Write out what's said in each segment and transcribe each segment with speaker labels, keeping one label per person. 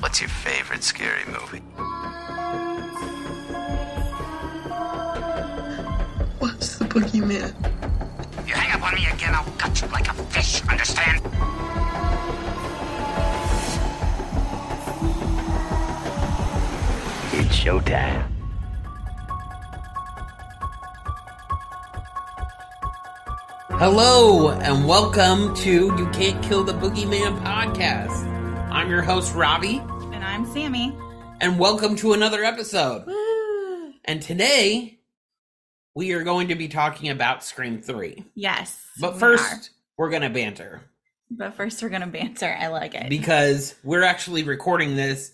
Speaker 1: What's your favorite scary movie?
Speaker 2: What's the boogeyman?
Speaker 3: You hang up on me again, I'll cut you like a fish, understand?
Speaker 1: It's showtime.
Speaker 4: Hello, and welcome to You Can't Kill the Boogeyman podcast. I'm your host, Robbie,
Speaker 5: And I'm Sammy.
Speaker 4: and welcome to another episode. And today, we are going to be talking about Scream 3.
Speaker 5: Yes.
Speaker 4: But
Speaker 5: we are.
Speaker 4: first, we're going to banter
Speaker 5: but first we're gonna banter. I like it.
Speaker 4: because we're actually recording this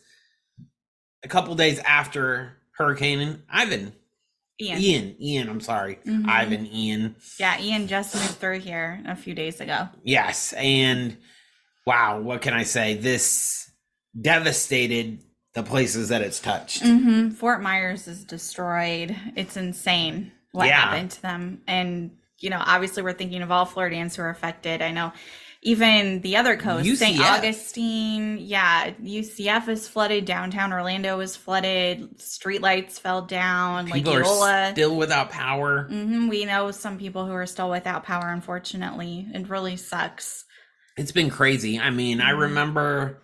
Speaker 4: a couple days after Hurricane Ivan.
Speaker 5: Ian.
Speaker 4: Ian, Ian, I'm sorry.
Speaker 5: Mhm.
Speaker 4: Ivan, Ian.
Speaker 5: Yeah, Ian just moved through here a few days ago.
Speaker 4: Yes, and wow, what can I say? This devastated the places that it's touched.
Speaker 5: hmm Fort Myers is destroyed. It's insane what
Speaker 4: Yeah.
Speaker 5: happened to them. And you know, obviously, we're thinking of all Floridians who are affected. I know. Even the other coast, St.
Speaker 4: UCF.
Speaker 5: Augustine, yeah, UCF is flooded. Downtown Orlando is flooded. Streetlights fell down.
Speaker 4: People
Speaker 5: Lake
Speaker 4: are
Speaker 5: Eola.
Speaker 4: still without power.
Speaker 5: hmm We know some people who are still without power, unfortunately. It really sucks.
Speaker 4: It's been crazy. I mean, I
Speaker 5: Mhm.
Speaker 4: remember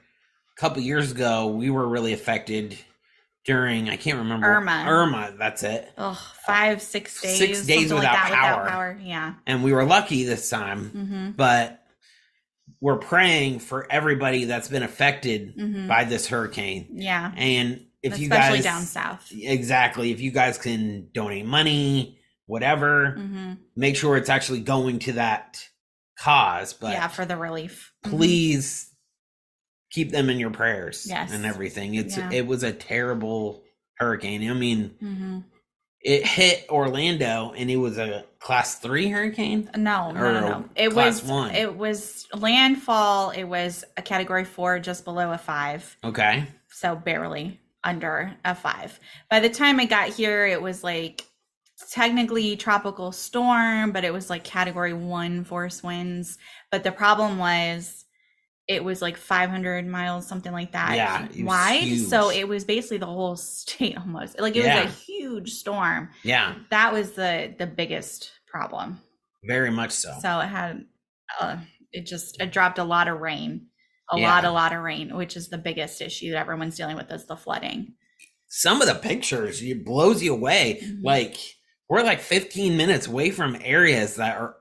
Speaker 4: a couple years ago we were really affected during I can't remember
Speaker 5: Irma.
Speaker 4: Irma, that's it.
Speaker 5: Ugh, five, six days,
Speaker 4: Six days
Speaker 5: something
Speaker 4: without
Speaker 5: like that,
Speaker 4: power.
Speaker 5: without power. Yeah.
Speaker 4: And we were lucky this time,
Speaker 5: Mm-hmm.
Speaker 4: but we're praying for everybody that's been affected
Speaker 5: Mhm.
Speaker 4: by this hurricane.
Speaker 5: Yeah.
Speaker 4: And if you
Speaker 5: Especially
Speaker 4: guys
Speaker 5: down south.
Speaker 4: Exactly. If you guys can donate money, whatever,
Speaker 5: hmm
Speaker 4: make sure it's actually going to that cause. But
Speaker 5: Yeah, for the relief. Mhm.
Speaker 4: please keep them in your prayers
Speaker 5: Yes.
Speaker 4: and everything. It's
Speaker 5: Yeah.
Speaker 4: it was a terrible hurricane. I mean,
Speaker 5: Mhm.
Speaker 4: it hit Orlando and it was a class three hurricane.
Speaker 5: No, no, no, no.
Speaker 4: Or
Speaker 5: It was
Speaker 4: class one.
Speaker 5: it was landfall. It was a category four, just below a five,
Speaker 4: Okay.
Speaker 5: so barely under a five. By the time it got here, it was like technically tropical storm, but it was like category one force winds. But the problem was it was like 500 miles, something like that,
Speaker 4: Yeah, it was
Speaker 5: wide. So
Speaker 4: huge.
Speaker 5: it was basically the whole state almost. Like it
Speaker 4: Yeah.
Speaker 5: was a huge storm.
Speaker 4: Yeah.
Speaker 5: That was the the biggest problem.
Speaker 4: Very much so.
Speaker 5: So it had uh, it just it dropped a lot of rain, a
Speaker 4: Yeah.
Speaker 5: lot, a lot of rain, which is the biggest issue that everyone's dealing with is the flooding.
Speaker 4: Some of the pictures it blows you away.
Speaker 5: Mhm.
Speaker 4: Like we're like 15 minutes away from areas that are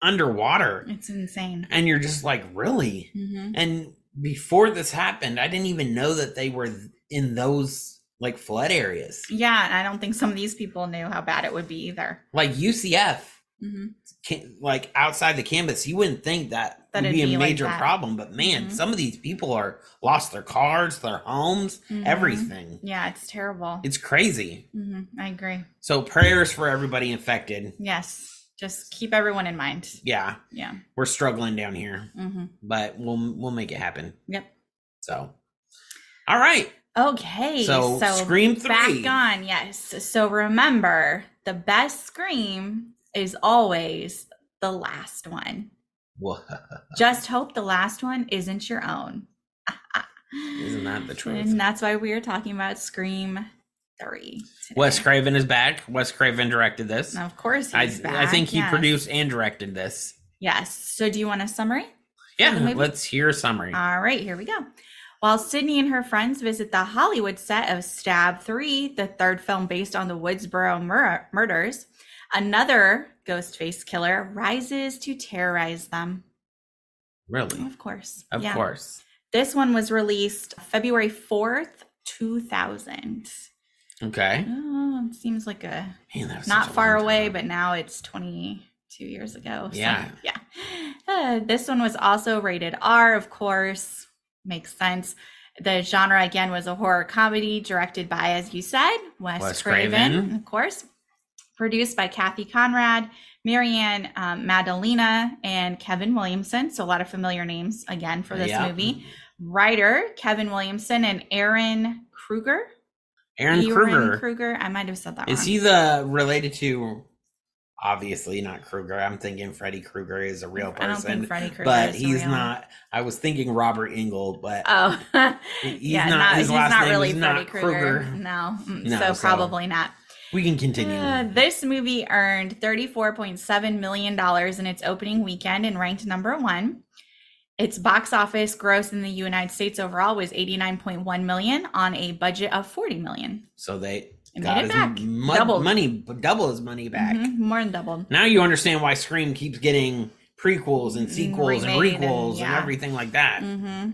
Speaker 4: underwater.
Speaker 5: It's insane.
Speaker 4: and you're just like really
Speaker 5: hmm
Speaker 4: and before this happened i didn't even know that they were in those like flood areas
Speaker 5: Yeah, and I don't think some of these people knew how bad it would be either.
Speaker 4: like ucf
Speaker 5: hmm
Speaker 4: Mm-hmm. can, like outside the campus you wouldn't think that
Speaker 5: That
Speaker 4: would
Speaker 5: it'd
Speaker 4: be a
Speaker 5: be like
Speaker 4: major
Speaker 5: that.
Speaker 4: problem but man
Speaker 5: Mhm.
Speaker 4: some of these people are lost their cars their homes everything
Speaker 5: Mm-hmm. Yeah, it's terrible.
Speaker 4: it's crazy
Speaker 5: hmm I agree.
Speaker 4: so prayers for everybody infected
Speaker 5: Yes, just keep everyone in mind.
Speaker 4: yeah
Speaker 5: Yeah.
Speaker 4: we're struggling down here
Speaker 5: hmm
Speaker 4: but we'll we'll make it happen
Speaker 5: Yep.
Speaker 4: so all right
Speaker 5: Okay.
Speaker 4: so, scream three
Speaker 5: back on yes so remember the best scream is always the last one
Speaker 4: Wha-
Speaker 5: just hope the last one isn't your own
Speaker 4: Isn't that the truth?
Speaker 5: and that's why we are talking about scream three today.
Speaker 4: Wes Craven is back. Wes Craven directed this.
Speaker 5: Now, of course
Speaker 4: I,
Speaker 5: he's
Speaker 4: I
Speaker 5: back,
Speaker 4: think he
Speaker 5: yes.
Speaker 4: produced and directed this.
Speaker 5: Yes. So, do you want a summary?
Speaker 4: Yeah,
Speaker 5: the movie?
Speaker 4: let's hear a summary.
Speaker 5: All right, here we go. While Sydney and her friends visit the Hollywood set of Stab 3, the third film based on the Woodsboro mur- murders, another Ghostface killer rises to terrorize them.
Speaker 4: really?
Speaker 5: Of course.
Speaker 4: Of
Speaker 5: Yeah.
Speaker 4: course.
Speaker 5: This one was released February 4th, 2000.
Speaker 4: Okay.
Speaker 5: Oh, it seems like a
Speaker 4: Man, that was
Speaker 5: not
Speaker 4: such a
Speaker 5: far
Speaker 4: long
Speaker 5: away,
Speaker 4: time.
Speaker 5: but now it's 22 years ago. so,
Speaker 4: Yeah.
Speaker 5: yeah. Uh, this one was also rated R, of course. Makes sense. The genre again was a horror comedy directed by, as you said, Wes,
Speaker 4: Wes
Speaker 5: Craven,
Speaker 4: Craven.
Speaker 5: of course. Produced by Kathy Conrad, Marianne um, Madalena, and Kevin Williamson. So, a lot of familiar names again for this
Speaker 4: Yeah.
Speaker 5: movie. Writer Kevin Williamson and Aaron Kruger.
Speaker 4: Aaron Kruger.
Speaker 5: Kruger. I might have said that
Speaker 4: Is
Speaker 5: wrong.
Speaker 4: he the related to? Obviously not Kruger. I'm thinking Freddy Krueger is a real person,
Speaker 5: I don't think Freddy Krueger
Speaker 4: but
Speaker 5: is
Speaker 4: he's
Speaker 5: real.
Speaker 4: not. I was thinking Robert Engel, but
Speaker 5: Oh,
Speaker 4: He's
Speaker 5: yeah,
Speaker 4: not-
Speaker 5: not,
Speaker 4: his
Speaker 5: he's
Speaker 4: last
Speaker 5: not
Speaker 4: name
Speaker 5: really
Speaker 4: is not
Speaker 5: Freddy Krueger.
Speaker 4: Krueger.
Speaker 5: No, mm,
Speaker 4: No,
Speaker 5: so,
Speaker 4: so-
Speaker 5: probably not.
Speaker 4: we can continue.
Speaker 5: Uh, this movie earned $34.7 million in its opening weekend and ranked number one. Its box office gross in the United States overall was 89.1 million on a budget of 40 million.
Speaker 4: so they
Speaker 5: It
Speaker 4: got
Speaker 5: made it
Speaker 4: his
Speaker 5: back.
Speaker 4: mon-
Speaker 5: Doubled.
Speaker 4: money, double his money back.
Speaker 5: Mhm, more than doubled.
Speaker 4: Now you understand why Scream keeps getting prequels and sequels and
Speaker 5: Mm, remade and-
Speaker 4: requels and,
Speaker 5: yeah.
Speaker 4: everything like that.
Speaker 5: hmm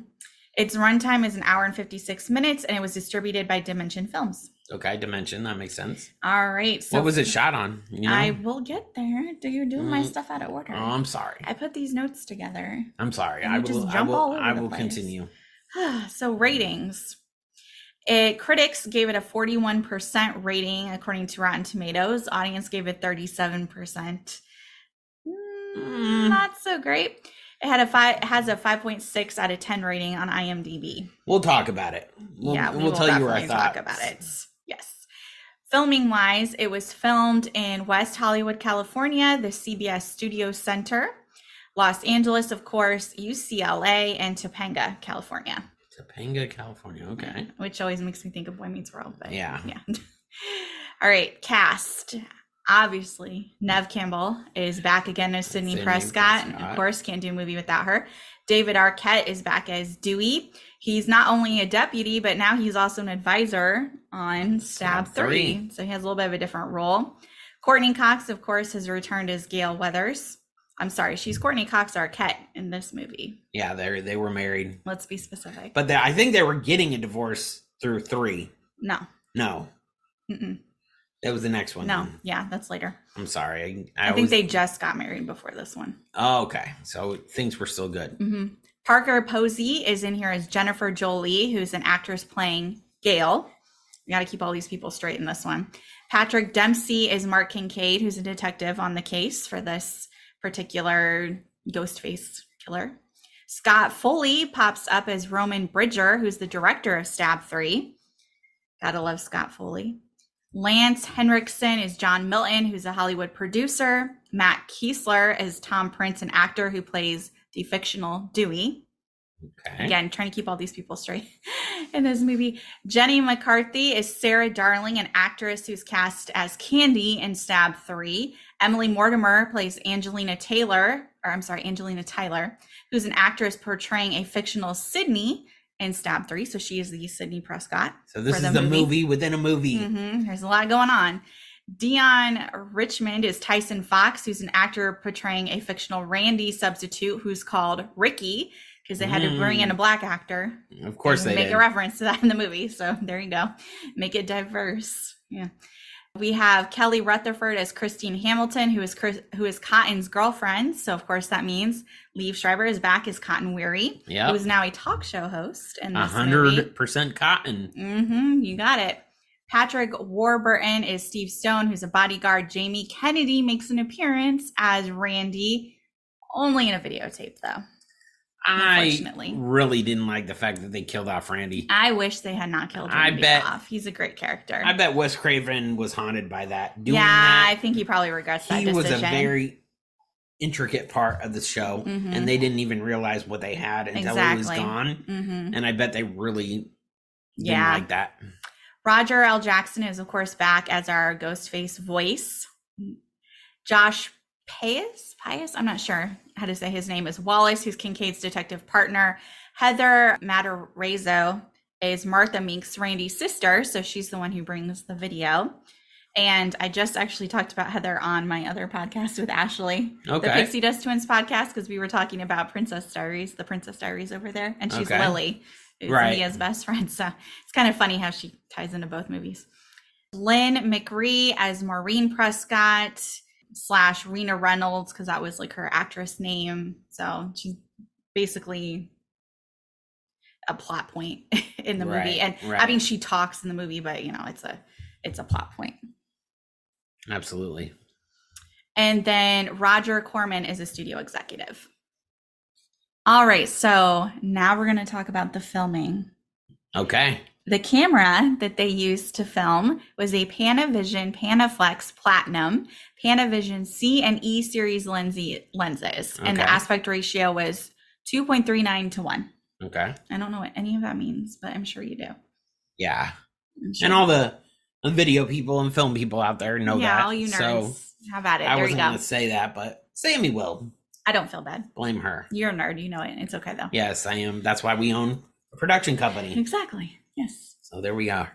Speaker 5: Its runtime is an hour and 56 minutes and it was distributed by Dimension Films.
Speaker 4: Okay, Dimension, that makes sense.
Speaker 5: All right. So
Speaker 4: what was it shot on? You know?
Speaker 5: I will get there. Do you do my
Speaker 4: Mm.
Speaker 5: stuff out of order?
Speaker 4: oh, I'm sorry.
Speaker 5: I put these notes together.
Speaker 4: I'm sorry.
Speaker 5: You
Speaker 4: I
Speaker 5: just
Speaker 4: will. I
Speaker 5: jump all
Speaker 4: will.
Speaker 5: over
Speaker 4: I
Speaker 5: the
Speaker 4: will
Speaker 5: place.
Speaker 4: continue.
Speaker 5: so ratings. It critics gave it a 41% rating according to Rotten Tomatoes. Audience gave it 37%. Mm,
Speaker 4: Mm,
Speaker 5: Not so great. It had a five has a 5.6 out of 10 rating on IMDb.
Speaker 4: We'll talk about it. We'll,
Speaker 5: yeah, we
Speaker 4: we'll
Speaker 5: will
Speaker 4: tell you our
Speaker 5: definitely
Speaker 4: thoughts
Speaker 5: talk about it. Yes. Filming wise, it was filmed in West Hollywood, California, the CBS Studio Center, Los Angeles, of course, UCLA, and Topanga, California.
Speaker 4: Topanga, California. Okay.
Speaker 5: Which always makes me think of Boy Meets World. But
Speaker 4: Yeah.
Speaker 5: Yeah. All right. Cast. Obviously, Nev Campbell is back again as Sydney
Speaker 4: Sydney
Speaker 5: Prescott.
Speaker 4: Prescott.
Speaker 5: Of course, can't do a movie without her. David Arquette is back as Dewey. He's not only a deputy, but now he's also an advisor on Stab,
Speaker 4: Stab
Speaker 5: 3.
Speaker 4: Three.
Speaker 5: So he has a little bit of a different role. Courtney Cox, of course, has returned as Gail Weathers. I'm sorry, she's Courtney Cox Arquette in this movie.
Speaker 4: Yeah, they they were married,
Speaker 5: Let's be specific.
Speaker 4: but they, I think they were getting a divorce through three.
Speaker 5: no.
Speaker 4: No,
Speaker 5: Mm-mm.
Speaker 4: that was the next one.
Speaker 5: No. Yeah, that's later.
Speaker 4: I'm sorry.
Speaker 5: I,
Speaker 4: I, I,
Speaker 5: think
Speaker 4: was,
Speaker 5: they just got married before this one.
Speaker 4: Oh, okay. So things were still good.
Speaker 5: Mhm. Parker Posey is in here as Jennifer Jolie, who's an actress playing Gail. We got to keep all these people straight in this one. Patrick Dempsey is Mark Kincaid, who's a detective on the case for this particular ghost face killer. Scott Foley pops up as Roman Bridger, who's the director of Stab 3. Gotta love Scott Foley. Lance Henriksen is John Milton, who's a Hollywood producer. Matt Kiesler is Tom Prince, an actor who plays the fictional Dewey.
Speaker 4: Okay.
Speaker 5: Again, trying to keep all these people straight in this movie. Jenny McCarthy is Sarah Darling, an actress who's cast as Candy in Stab 3. Emily Mortimer plays Angelina Taylor, or I'm sorry, Angelina Tyler, who's an actress portraying a fictional Sydney in Stab 3. So she is the Sydney Prescott.
Speaker 4: So this
Speaker 5: For
Speaker 4: is
Speaker 5: the
Speaker 4: the movie.
Speaker 5: movie.
Speaker 4: within a movie.
Speaker 5: Mhm, There's a lot going on. Dion Richmond is Tyson Fox, who's an actor portraying a fictional Randy substitute who's called Ricky because they had to bring in a black actor.
Speaker 4: Mm. Of course
Speaker 5: and
Speaker 4: they
Speaker 5: Mm-hmm. make
Speaker 4: did.
Speaker 5: a reference to that in the movie. So there you go. Make it diverse. Yeah. We have Kelly Rutherford as Christine Hamilton, who is Chris, who is Cotton's girlfriend. So of course that means Liev Schreiber is back as Cotton Weary,
Speaker 4: Yep.
Speaker 5: who is now a talk show host in
Speaker 4: A
Speaker 5: this movie.
Speaker 4: hundred percent cotton.
Speaker 5: Mm-hmm, you got it. Patrick Warburton is Steve Stone, who's a bodyguard. Jamie Kennedy makes an appearance as Randy, only in a videotape, though.
Speaker 4: I
Speaker 5: Unfortunately.
Speaker 4: really didn't like the fact that they killed off Randy.
Speaker 5: I wish they had not killed
Speaker 4: I
Speaker 5: Randy
Speaker 4: bet-
Speaker 5: off. He's a great character.
Speaker 4: I bet Wes Craven was haunted by that. Doing
Speaker 5: yeah, I
Speaker 4: that,
Speaker 5: think he probably regrets that
Speaker 4: he
Speaker 5: decision.
Speaker 4: was a very intricate part of the show,
Speaker 5: Mhm.
Speaker 4: and they didn't even realize what they had until it was
Speaker 5: Exactly.
Speaker 4: gone.
Speaker 5: hmm
Speaker 4: And I bet they really didn't
Speaker 5: Yeah.
Speaker 4: like that.
Speaker 5: Roger L. Jackson is, of course, back as our Ghostface voice. Josh Pius, Pius, I'm not sure how to say his name, is Wallace, who's Kincaid's detective partner. Heather Matarazzo is Martha Meeks, Randy's sister. So she's the one who brings the video. And I just actually talked about Heather on my other podcast with Ashley, the
Speaker 4: Okay.
Speaker 5: Pixie Dust Twins podcast, because we were talking about Princess Diaries, the Princess Diaries over there. And she's
Speaker 4: Okay.
Speaker 5: Lily, who's
Speaker 4: Right.
Speaker 5: Mia's best friend. So it's kind of funny how she ties into both movies. Lynn McRee as Maureen Prescott slash Rena Reynolds because that was like her actress name. So she's basically a plot point in the
Speaker 4: Right,
Speaker 5: movie. And I
Speaker 4: right.
Speaker 5: mean, she talks in the movie, but you know, it's a it's a plot point.
Speaker 4: Absolutely.
Speaker 5: And then Roger Corman is a studio executive. All right, so now we're going to talk about the filming.
Speaker 4: Okay.
Speaker 5: The camera that they used to film was a Panavision Panaflex Platinum, Panavision C and E series lensy, lenses, and the
Speaker 4: Okay.
Speaker 5: aspect ratio was 2.39 to 1.
Speaker 4: Okay.
Speaker 5: I don't know what any of that means, but I'm sure you do.
Speaker 4: Yeah.
Speaker 5: I'm sure-
Speaker 4: And all the video people and film people out there know
Speaker 5: yeah,
Speaker 4: that.
Speaker 5: all you nerds.
Speaker 4: So
Speaker 5: have at it. there
Speaker 4: I
Speaker 5: you
Speaker 4: wasn't
Speaker 5: go.
Speaker 4: going to say that, but Sammy will.
Speaker 5: I don't feel bad.
Speaker 4: Blame her.
Speaker 5: You're a nerd. You know it. It's okay, though.
Speaker 4: Yes, I am. That's why we own a production
Speaker 5: Mm-hmm.
Speaker 4: company.
Speaker 5: Exactly. Yes.
Speaker 4: So there we are.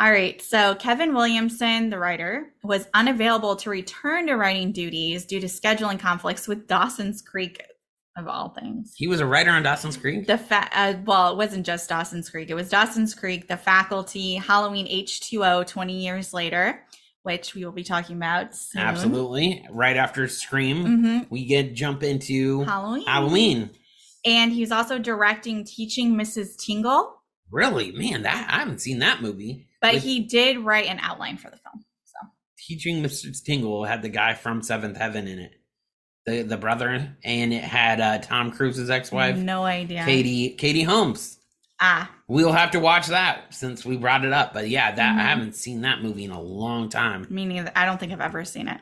Speaker 5: All right. So Kevin Williamson, the writer, was unavailable to return to writing duties due to scheduling conflicts with Dawson's Creek, of all things.
Speaker 4: He was a writer on Dawson's Creek.
Speaker 5: The fa- uh, well, it wasn't just Dawson's Creek. It was Dawson's Creek, The Faculty, Halloween H2O, 20 years later, which we will be talking about soon.
Speaker 4: Absolutely. Right after Scream,
Speaker 5: hmm
Speaker 4: we get jump into
Speaker 5: Halloween.
Speaker 4: Halloween.
Speaker 5: And he's also directing Teaching Mrs. Tingle,
Speaker 4: Really, man, that I haven't seen that movie.
Speaker 5: but
Speaker 4: With
Speaker 5: he did write an outline for the film.
Speaker 4: Teaching Mr. Tingle had the guy from Seventh Heaven in it, the the brother, and it had uh, Tom Cruise's ex wife,
Speaker 5: No idea.
Speaker 4: Katie Katie Holmes.
Speaker 5: Ah,
Speaker 4: We'll have to watch that since we brought it up. But yeah, that
Speaker 5: Mhm.
Speaker 4: I haven't seen that movie in a long time.
Speaker 5: Me neither. I don't think I've ever seen it.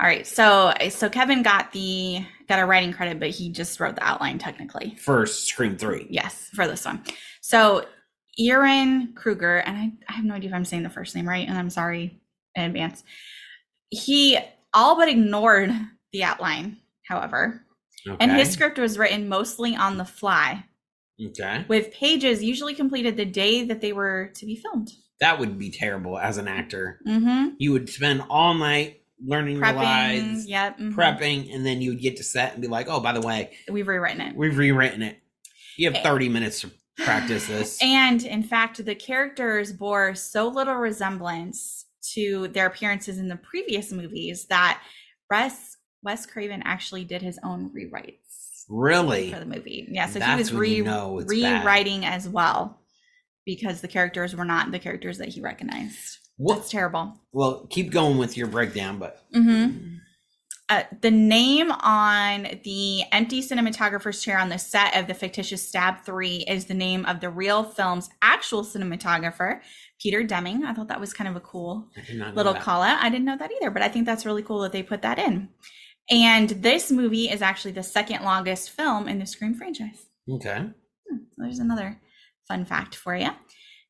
Speaker 5: All right. So so Kevin got the got a writing credit, but he just wrote the outline technically.
Speaker 4: First Scream Three.
Speaker 5: Yes, for this one. So Erin Kruger, and I, I have no idea if I'm saying the first name right, and I'm sorry in advance. He all but ignored the outline, however.
Speaker 4: Okay.
Speaker 5: And his script was written mostly on the fly,
Speaker 4: okay.
Speaker 5: with pages usually completed the day that they were to be filmed.
Speaker 4: That would be terrible as an actor.
Speaker 5: Mm-hmm.
Speaker 4: You would spend all night learning your
Speaker 5: Prepping.
Speaker 4: lines,
Speaker 5: Yep. mhm.
Speaker 4: prepping, and then you would get to set and be like, "Oh, by the way,
Speaker 5: We've rewritten it.
Speaker 4: We've rewritten it. You have
Speaker 5: Eh.
Speaker 4: 30 minutes to practice this.
Speaker 5: And in fact, the characters bore so little resemblance to their appearances in the previous movies that Wes, Wes Craven actually did his own rewrites
Speaker 4: really?
Speaker 5: for the movie. Yeah, so
Speaker 4: That's
Speaker 5: he was
Speaker 4: when
Speaker 5: re-
Speaker 4: you know it's bad.
Speaker 5: rewriting as well because the characters were not the characters that he recognized. That's
Speaker 4: What?
Speaker 5: terrible.
Speaker 4: Well, keep going with your breakdown, but
Speaker 5: hmm Uh, the name on the empty cinematographer's chair on the set of the fictitious Stab 3 is the name of the real film's actual cinematographer, Peter Deming. I thought that was kind of a cool
Speaker 4: I did not know
Speaker 5: little
Speaker 4: that.
Speaker 5: call out. I didn't know that either, but I think that's really cool that they put that in. And this movie is actually the second longest film in the Scream franchise. Hmm,
Speaker 4: Okay.
Speaker 5: So there's another fun fact for you.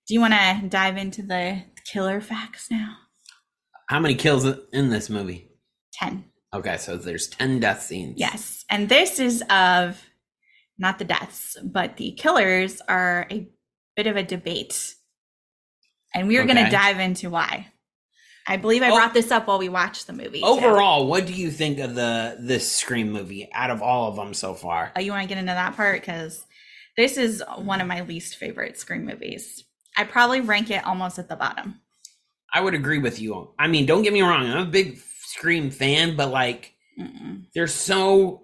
Speaker 5: Do you want to dive into the killer facts now?
Speaker 4: How many kills in this movie?
Speaker 5: 10.
Speaker 4: Okay, so there's 10 death scenes.
Speaker 5: Yes. And this is of not the deaths, but the killers are a bit of a debate. And we are going
Speaker 4: Okay.
Speaker 5: to dive into why. I believe I
Speaker 4: Oh.
Speaker 5: brought this up while we watched the movie. too.
Speaker 4: Overall, what do you think of the this Scream movie out of all of them so far?
Speaker 5: Oh, you want to get into that part? Because this is one of my least favorite Scream movies. I probably rank it almost at the bottom.
Speaker 4: I would agree with you. I mean, don't get me wrong, I'm a big Scream fan, but like
Speaker 5: Mm-mm.
Speaker 4: there's so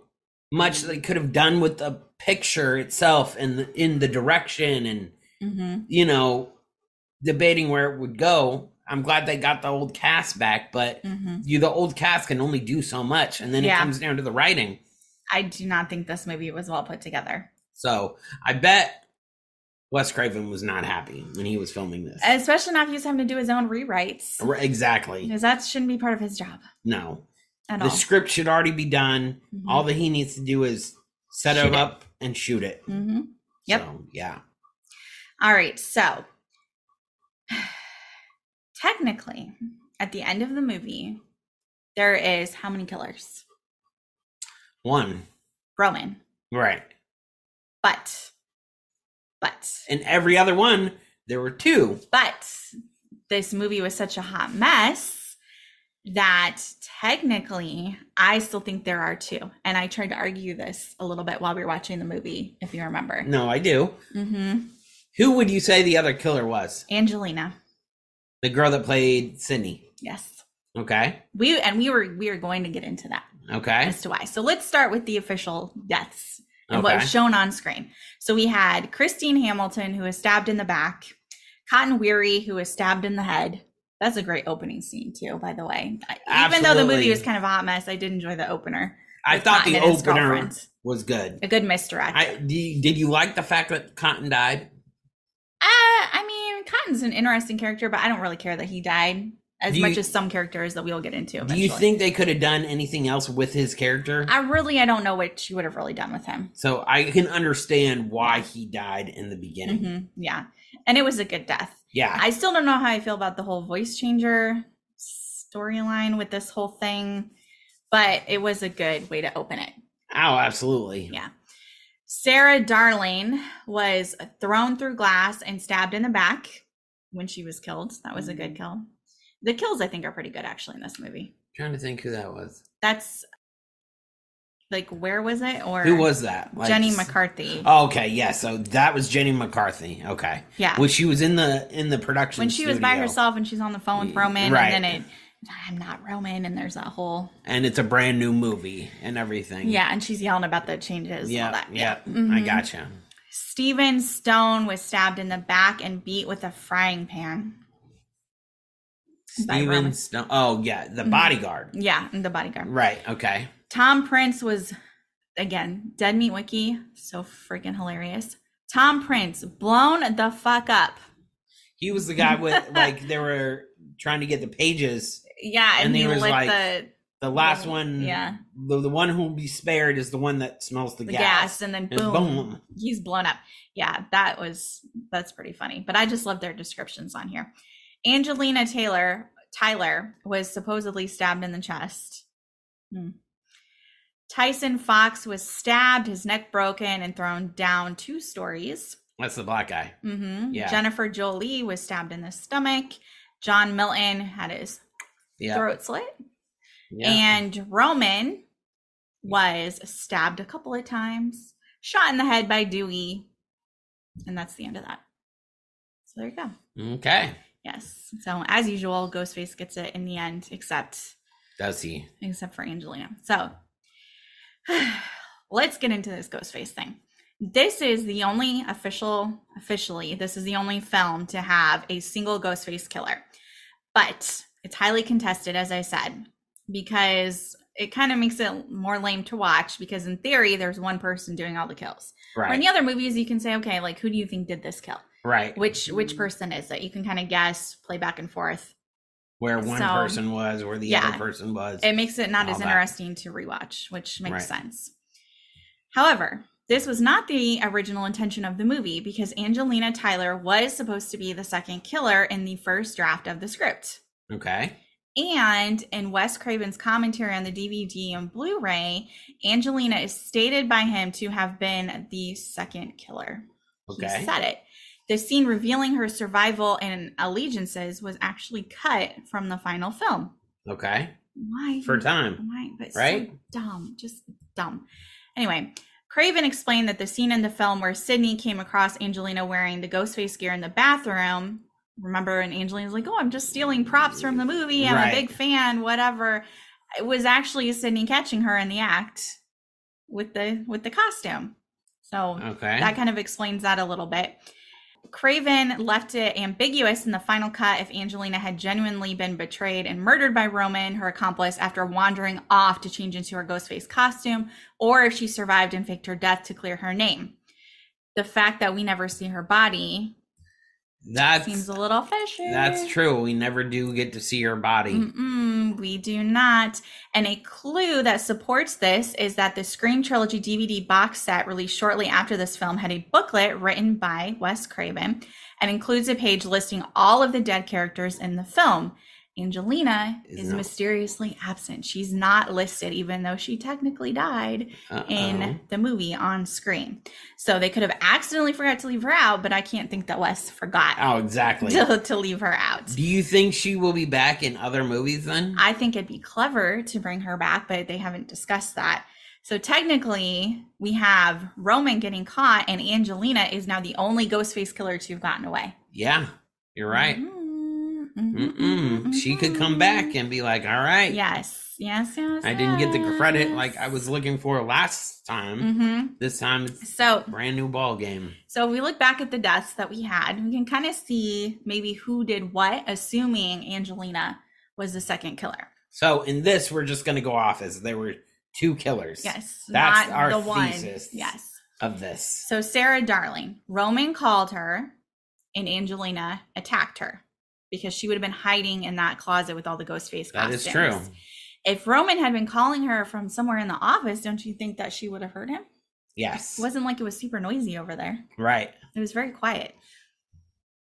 Speaker 4: much they could have done with the picture itself and the, in the direction and
Speaker 5: Mhm.
Speaker 4: you know, debating where it would go. I'm glad they got the old cast back, but
Speaker 5: Mhm.
Speaker 4: you the old cast can only do so much, and then it
Speaker 5: Yeah.
Speaker 4: comes down to the writing.
Speaker 5: I do not think this movie was well put together,
Speaker 4: So I bet Wes Craven was not happy when he was filming this.
Speaker 5: especially not if he's having to do his own rewrites.
Speaker 4: Re- exactly.
Speaker 5: Because that shouldn't be part of his job
Speaker 4: No,
Speaker 5: at
Speaker 4: the
Speaker 5: all.
Speaker 4: script should already be done.
Speaker 5: Mhm.
Speaker 4: All that he needs to do is set
Speaker 5: Shoot
Speaker 4: it
Speaker 5: it.
Speaker 4: up and shoot it.
Speaker 5: Mhm. Yep.
Speaker 4: So, yeah.
Speaker 5: All right, so technically, at the end of the movie, there is how many killers?
Speaker 4: One.
Speaker 5: Roman.
Speaker 4: Right.
Speaker 5: But, but,
Speaker 4: And every other one, there were two.
Speaker 5: but this movie was such a hot mess that technically I still think there are two. And I tried to argue this a little bit while we were watching the movie, if you remember.
Speaker 4: No, I do.
Speaker 5: hmm
Speaker 4: Who would you say the other killer was?
Speaker 5: Angelina.
Speaker 4: The girl that played Sydney.
Speaker 5: Yes.
Speaker 4: Okay.
Speaker 5: We and we were we were going to get into that
Speaker 4: Okay.
Speaker 5: as to why. So let's start with the official deaths. and what
Speaker 4: Okay.
Speaker 5: was shown on screen. So we had Christine Hamilton, who was stabbed in the back, Cotton Weary, who was stabbed in the head. That's a great opening scene, too, by the way. I- Even though the movie
Speaker 4: Absolutely.
Speaker 5: was kind of a hot mess, I did enjoy the opener.
Speaker 4: I
Speaker 5: with
Speaker 4: thought the
Speaker 5: Cotton and his
Speaker 4: opener
Speaker 5: girlfriend.
Speaker 4: was good.
Speaker 5: A good misdirect. Uh, I,
Speaker 4: I do you- did you like the fact that Cotton died?
Speaker 5: uh, I mean, Cotton's an interesting character, but I don't really care that he died as
Speaker 4: Do
Speaker 5: much
Speaker 4: you-
Speaker 5: as some characters that we'll get into.
Speaker 4: Do
Speaker 5: Eventually.
Speaker 4: you think they could have done anything else with his character?
Speaker 5: I really, I don't know what you would have really done with him.
Speaker 4: so I can understand why he died in the beginning.
Speaker 5: Mhm, Yeah. And it was a good death.
Speaker 4: Yeah.
Speaker 5: I still don't know how I feel about the whole voice changer storyline with this whole thing, but it was a good way to open it.
Speaker 4: oh, absolutely.
Speaker 5: Yeah. Sarah Darling was thrown through glass and stabbed in the back when she was killed. That was a good
Speaker 4: Mm-hmm.
Speaker 5: kill. The kills, I think, are pretty good actually in this movie.
Speaker 4: trying to think who that was.
Speaker 5: That's like, where was it? Or
Speaker 4: Who was that? Like- oh,
Speaker 5: Jenny McCarthy?
Speaker 4: Okay, yeah. So that was Jenny McCarthy. Okay.
Speaker 5: yeah.
Speaker 4: When she was in the in the production
Speaker 5: When she was by
Speaker 4: studio.
Speaker 5: herself and she's on the phone with
Speaker 4: Y-
Speaker 5: Roman,
Speaker 4: right.
Speaker 5: and then it, I'm not Roman, and there's that whole
Speaker 4: and it's a brand new movie and everything.
Speaker 5: Yeah, and she's yelling about the changes. and all
Speaker 4: Yeah.
Speaker 5: that.
Speaker 4: Yeah. I
Speaker 5: Mhm.
Speaker 4: gotcha.
Speaker 5: Stephen Stone was stabbed in the back and beat with a frying pan. By Roman.
Speaker 4: Steven Stone. Oh yeah, the
Speaker 5: Mhm.
Speaker 4: bodyguard.
Speaker 5: Yeah, and the bodyguard.
Speaker 4: Right. Okay.
Speaker 5: Tom Prince was, again, Dead Meat Wiki. So freaking hilarious. Tom Prince blown the fuck up.
Speaker 4: He was the guy with like they were trying to get the pages.
Speaker 5: Yeah, and,
Speaker 4: And
Speaker 5: he
Speaker 4: he was
Speaker 5: lit
Speaker 4: like,
Speaker 5: the,
Speaker 4: The last one.
Speaker 5: Yeah.
Speaker 4: The, the one who will be spared is the one that smells the,
Speaker 5: the
Speaker 4: gas.
Speaker 5: gas, and then
Speaker 4: And
Speaker 5: boom,
Speaker 4: boom.
Speaker 5: he's blown up. Yeah, that was that's pretty funny. But I just love their descriptions on here. Angelina Taylor Tyler was supposedly stabbed in the chest. Hmm. Tyson Fox was stabbed, his neck broken, and thrown down two stories.
Speaker 4: That's the black guy.
Speaker 5: hmm
Speaker 4: Yeah.
Speaker 5: Jennifer Jolie was stabbed in the stomach. John Milton had his
Speaker 4: Yeah.
Speaker 5: throat slit,
Speaker 4: yeah.
Speaker 5: and Roman was stabbed a couple of times, shot in the head by Dewey, and that's the end of that. So there you go.
Speaker 4: okay.
Speaker 5: Yes. So as usual, Ghostface gets it in the end, except
Speaker 4: Does he?
Speaker 5: except for Angelina. So let's get into this Ghostface thing. This is the only official, officially, this is the only film to have a single Ghostface killer. But it's highly contested, as I said, because it kind of makes it more lame to watch because, in theory, there's one person doing all the kills. Or in
Speaker 4: Right.
Speaker 5: the other movies, you can say, okay, like, who do you think did this kill?
Speaker 4: Right.
Speaker 5: Which which person is it? You can kind of guess, play back and forth.
Speaker 4: where one
Speaker 5: So-
Speaker 4: person was, where the
Speaker 5: Yeah.
Speaker 4: other person was.
Speaker 5: It makes it not
Speaker 4: all
Speaker 5: as
Speaker 4: that.
Speaker 5: interesting to rewatch, which makes
Speaker 4: Right.
Speaker 5: sense. However, this was not the original intention of the movie because Angelina Tyler was supposed to be the second killer in the first draft of the script.
Speaker 4: okay.
Speaker 5: And in Wes Craven's commentary on the DVD and Blu ray, Angelina is stated by him to have been the second killer. He
Speaker 4: Okay.
Speaker 5: said it. The scene revealing her survival and allegiances was actually cut from the final film.
Speaker 4: Okay.
Speaker 5: Why?
Speaker 4: For time.
Speaker 5: Why? But
Speaker 4: Right?
Speaker 5: so dumb. Just dumb. Anyway, Craven explained that the scene in the film where Sydney came across Angelina wearing the Ghostface gear in the bathroom. Remember, and Angelina's like, "Oh, I'm just stealing props from the movie. I'm
Speaker 4: Right.
Speaker 5: a big fan. Whatever." It was actually Sydney catching her in the act with the with the costume. So
Speaker 4: Okay.
Speaker 5: Mm-hmm. that kind of explains that a little bit. Craven left it ambiguous in the final cut if Angelina had genuinely been betrayed and murdered by Roman, her accomplice, after wandering off to change into her Ghostface costume, or if she survived and faked her death to clear her name. The fact that we never see her body
Speaker 4: that's
Speaker 5: seems a little fishy.
Speaker 4: that's true. We never do get to see her body.
Speaker 5: Mm-hmm. Mm-mm, we do not. And a clue that supports this is that the Scream Trilogy DVD box set released shortly after this film had a booklet written by Wes Craven and includes a page listing all of the dead characters in the film. Angelina
Speaker 4: Is
Speaker 5: is
Speaker 4: not-
Speaker 5: mysteriously absent. She's not listed, even though she technically died
Speaker 4: Uh-oh.
Speaker 5: in the movie on screen. So they could have accidentally forgot to leave her out, but I can't think that Wes forgot
Speaker 4: oh, exactly.
Speaker 5: to, to leave her out.
Speaker 4: Do you think she will be back in other movies then?
Speaker 5: I think it'd be clever to bring her back, but they haven't discussed that. So technically, we have Roman getting caught, and Angelina is now the only Ghostface killer to have gotten away.
Speaker 4: yeah, you're right.
Speaker 5: Mm, mhm,
Speaker 4: Mm-mm.
Speaker 5: mhm,
Speaker 4: She could
Speaker 5: mhm.
Speaker 4: come back and be like, all right,
Speaker 5: Yes, yes, yes.
Speaker 4: I didn't get the credit
Speaker 5: yes.
Speaker 4: like I was looking for last time.
Speaker 5: Mhm.
Speaker 4: This time it's
Speaker 5: So,
Speaker 4: a brand new ball game.
Speaker 5: so if we look back at the deaths that we had, we can kind of see maybe who did what, assuming Angelina was the second killer.
Speaker 4: So in this, we're just going to go off as there were two killers
Speaker 5: Yes,
Speaker 4: That's
Speaker 5: not
Speaker 4: our
Speaker 5: the one.
Speaker 4: thesis.
Speaker 5: Yes.
Speaker 4: of this.
Speaker 5: So Sarah Darling, Roman called her and Angelina attacked her because she would have been hiding in that closet with all the ghost face
Speaker 4: That
Speaker 5: costumes.
Speaker 4: is true.
Speaker 5: If Roman had been calling her from somewhere in the office, don't you think that she would have heard him?
Speaker 4: Yes.
Speaker 5: It wasn't like it was super noisy over there.
Speaker 4: right.
Speaker 5: It was very quiet.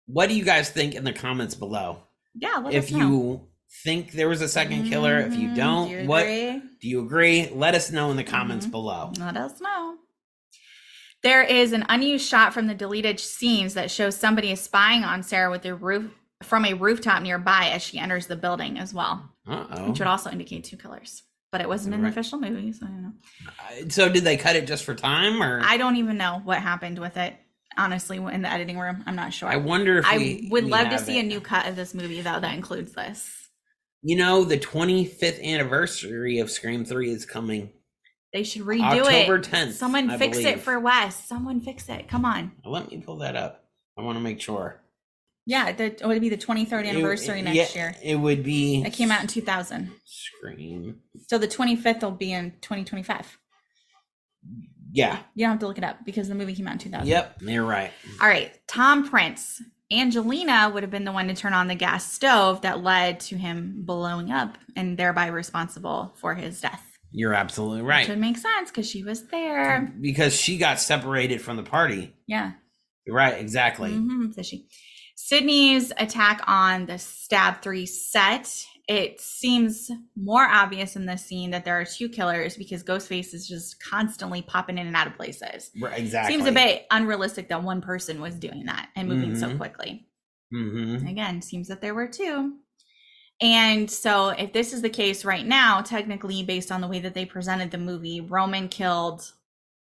Speaker 4: What do you guys think in the comments below?
Speaker 5: Yeah, let
Speaker 4: if
Speaker 5: us know.
Speaker 4: you think there was a 2nd killer, if you
Speaker 5: Mhm.
Speaker 4: don't,
Speaker 5: Do you
Speaker 4: what
Speaker 5: agree?
Speaker 4: do you agree? Let us know in the comments
Speaker 5: Mhm.
Speaker 4: below.
Speaker 5: Let us know. There is an unused shot from the deleted scenes that shows somebody is spying on Sarah with a roof from a rooftop nearby as she enters the building as well,
Speaker 4: Uh
Speaker 5: which would
Speaker 4: oh.
Speaker 5: also indicate two killers. But it wasn't in the
Speaker 4: Right.
Speaker 5: official movie, so I don't know.
Speaker 4: So did they cut it just for time, or I,
Speaker 5: I don't even know what happened with it. Honestly, in the editing room, I'm not sure.
Speaker 4: wonder if
Speaker 5: I
Speaker 4: we-
Speaker 5: would
Speaker 4: we
Speaker 5: love to
Speaker 4: have
Speaker 5: see a
Speaker 4: it.
Speaker 5: new cut of this movie though that includes this.
Speaker 4: You know, the 25th anniversary of Scream 3 is coming.
Speaker 5: They should redo
Speaker 4: October
Speaker 5: it.
Speaker 4: 10th,
Speaker 5: Someone
Speaker 4: I
Speaker 5: fix
Speaker 4: believe.
Speaker 5: it for Wes. Someone fix it. Come on.
Speaker 4: Let me pull that up. I want to make sure.
Speaker 5: Yeah, the, it would be the 23rd anniversary
Speaker 4: It-
Speaker 5: next
Speaker 4: yeah,
Speaker 5: year.
Speaker 4: It would be
Speaker 5: It came out in 2000.
Speaker 4: Scream.
Speaker 5: So the 25th will be in 2025.
Speaker 4: Yeah.
Speaker 5: You don't have to look it up because the movie came out in 2000.
Speaker 4: Yep. You're right.
Speaker 5: All right. Tom Prince. Angelina would have been the one to turn on the gas stove that led to him blowing up and thereby responsible for his death.
Speaker 4: You're absolutely
Speaker 5: Which would
Speaker 4: right.
Speaker 5: make sense because she was there.
Speaker 4: Because she got separated from the party.
Speaker 5: Yeah.
Speaker 4: You're right. Exactly.
Speaker 5: Mhm, says she. Sydney's attack on the Stab 3 set. It seems more obvious in this scene that there are two killers because Ghostface is just constantly popping in and out of places.
Speaker 4: Right, Exactly.
Speaker 5: Seems a bit unrealistic that one person was doing that and moving so
Speaker 4: Mhm.
Speaker 5: quickly.
Speaker 4: hmm
Speaker 5: Again, seems that there were two. And so, if this is the case right now, technically, based on the way that they presented the movie, Roman killed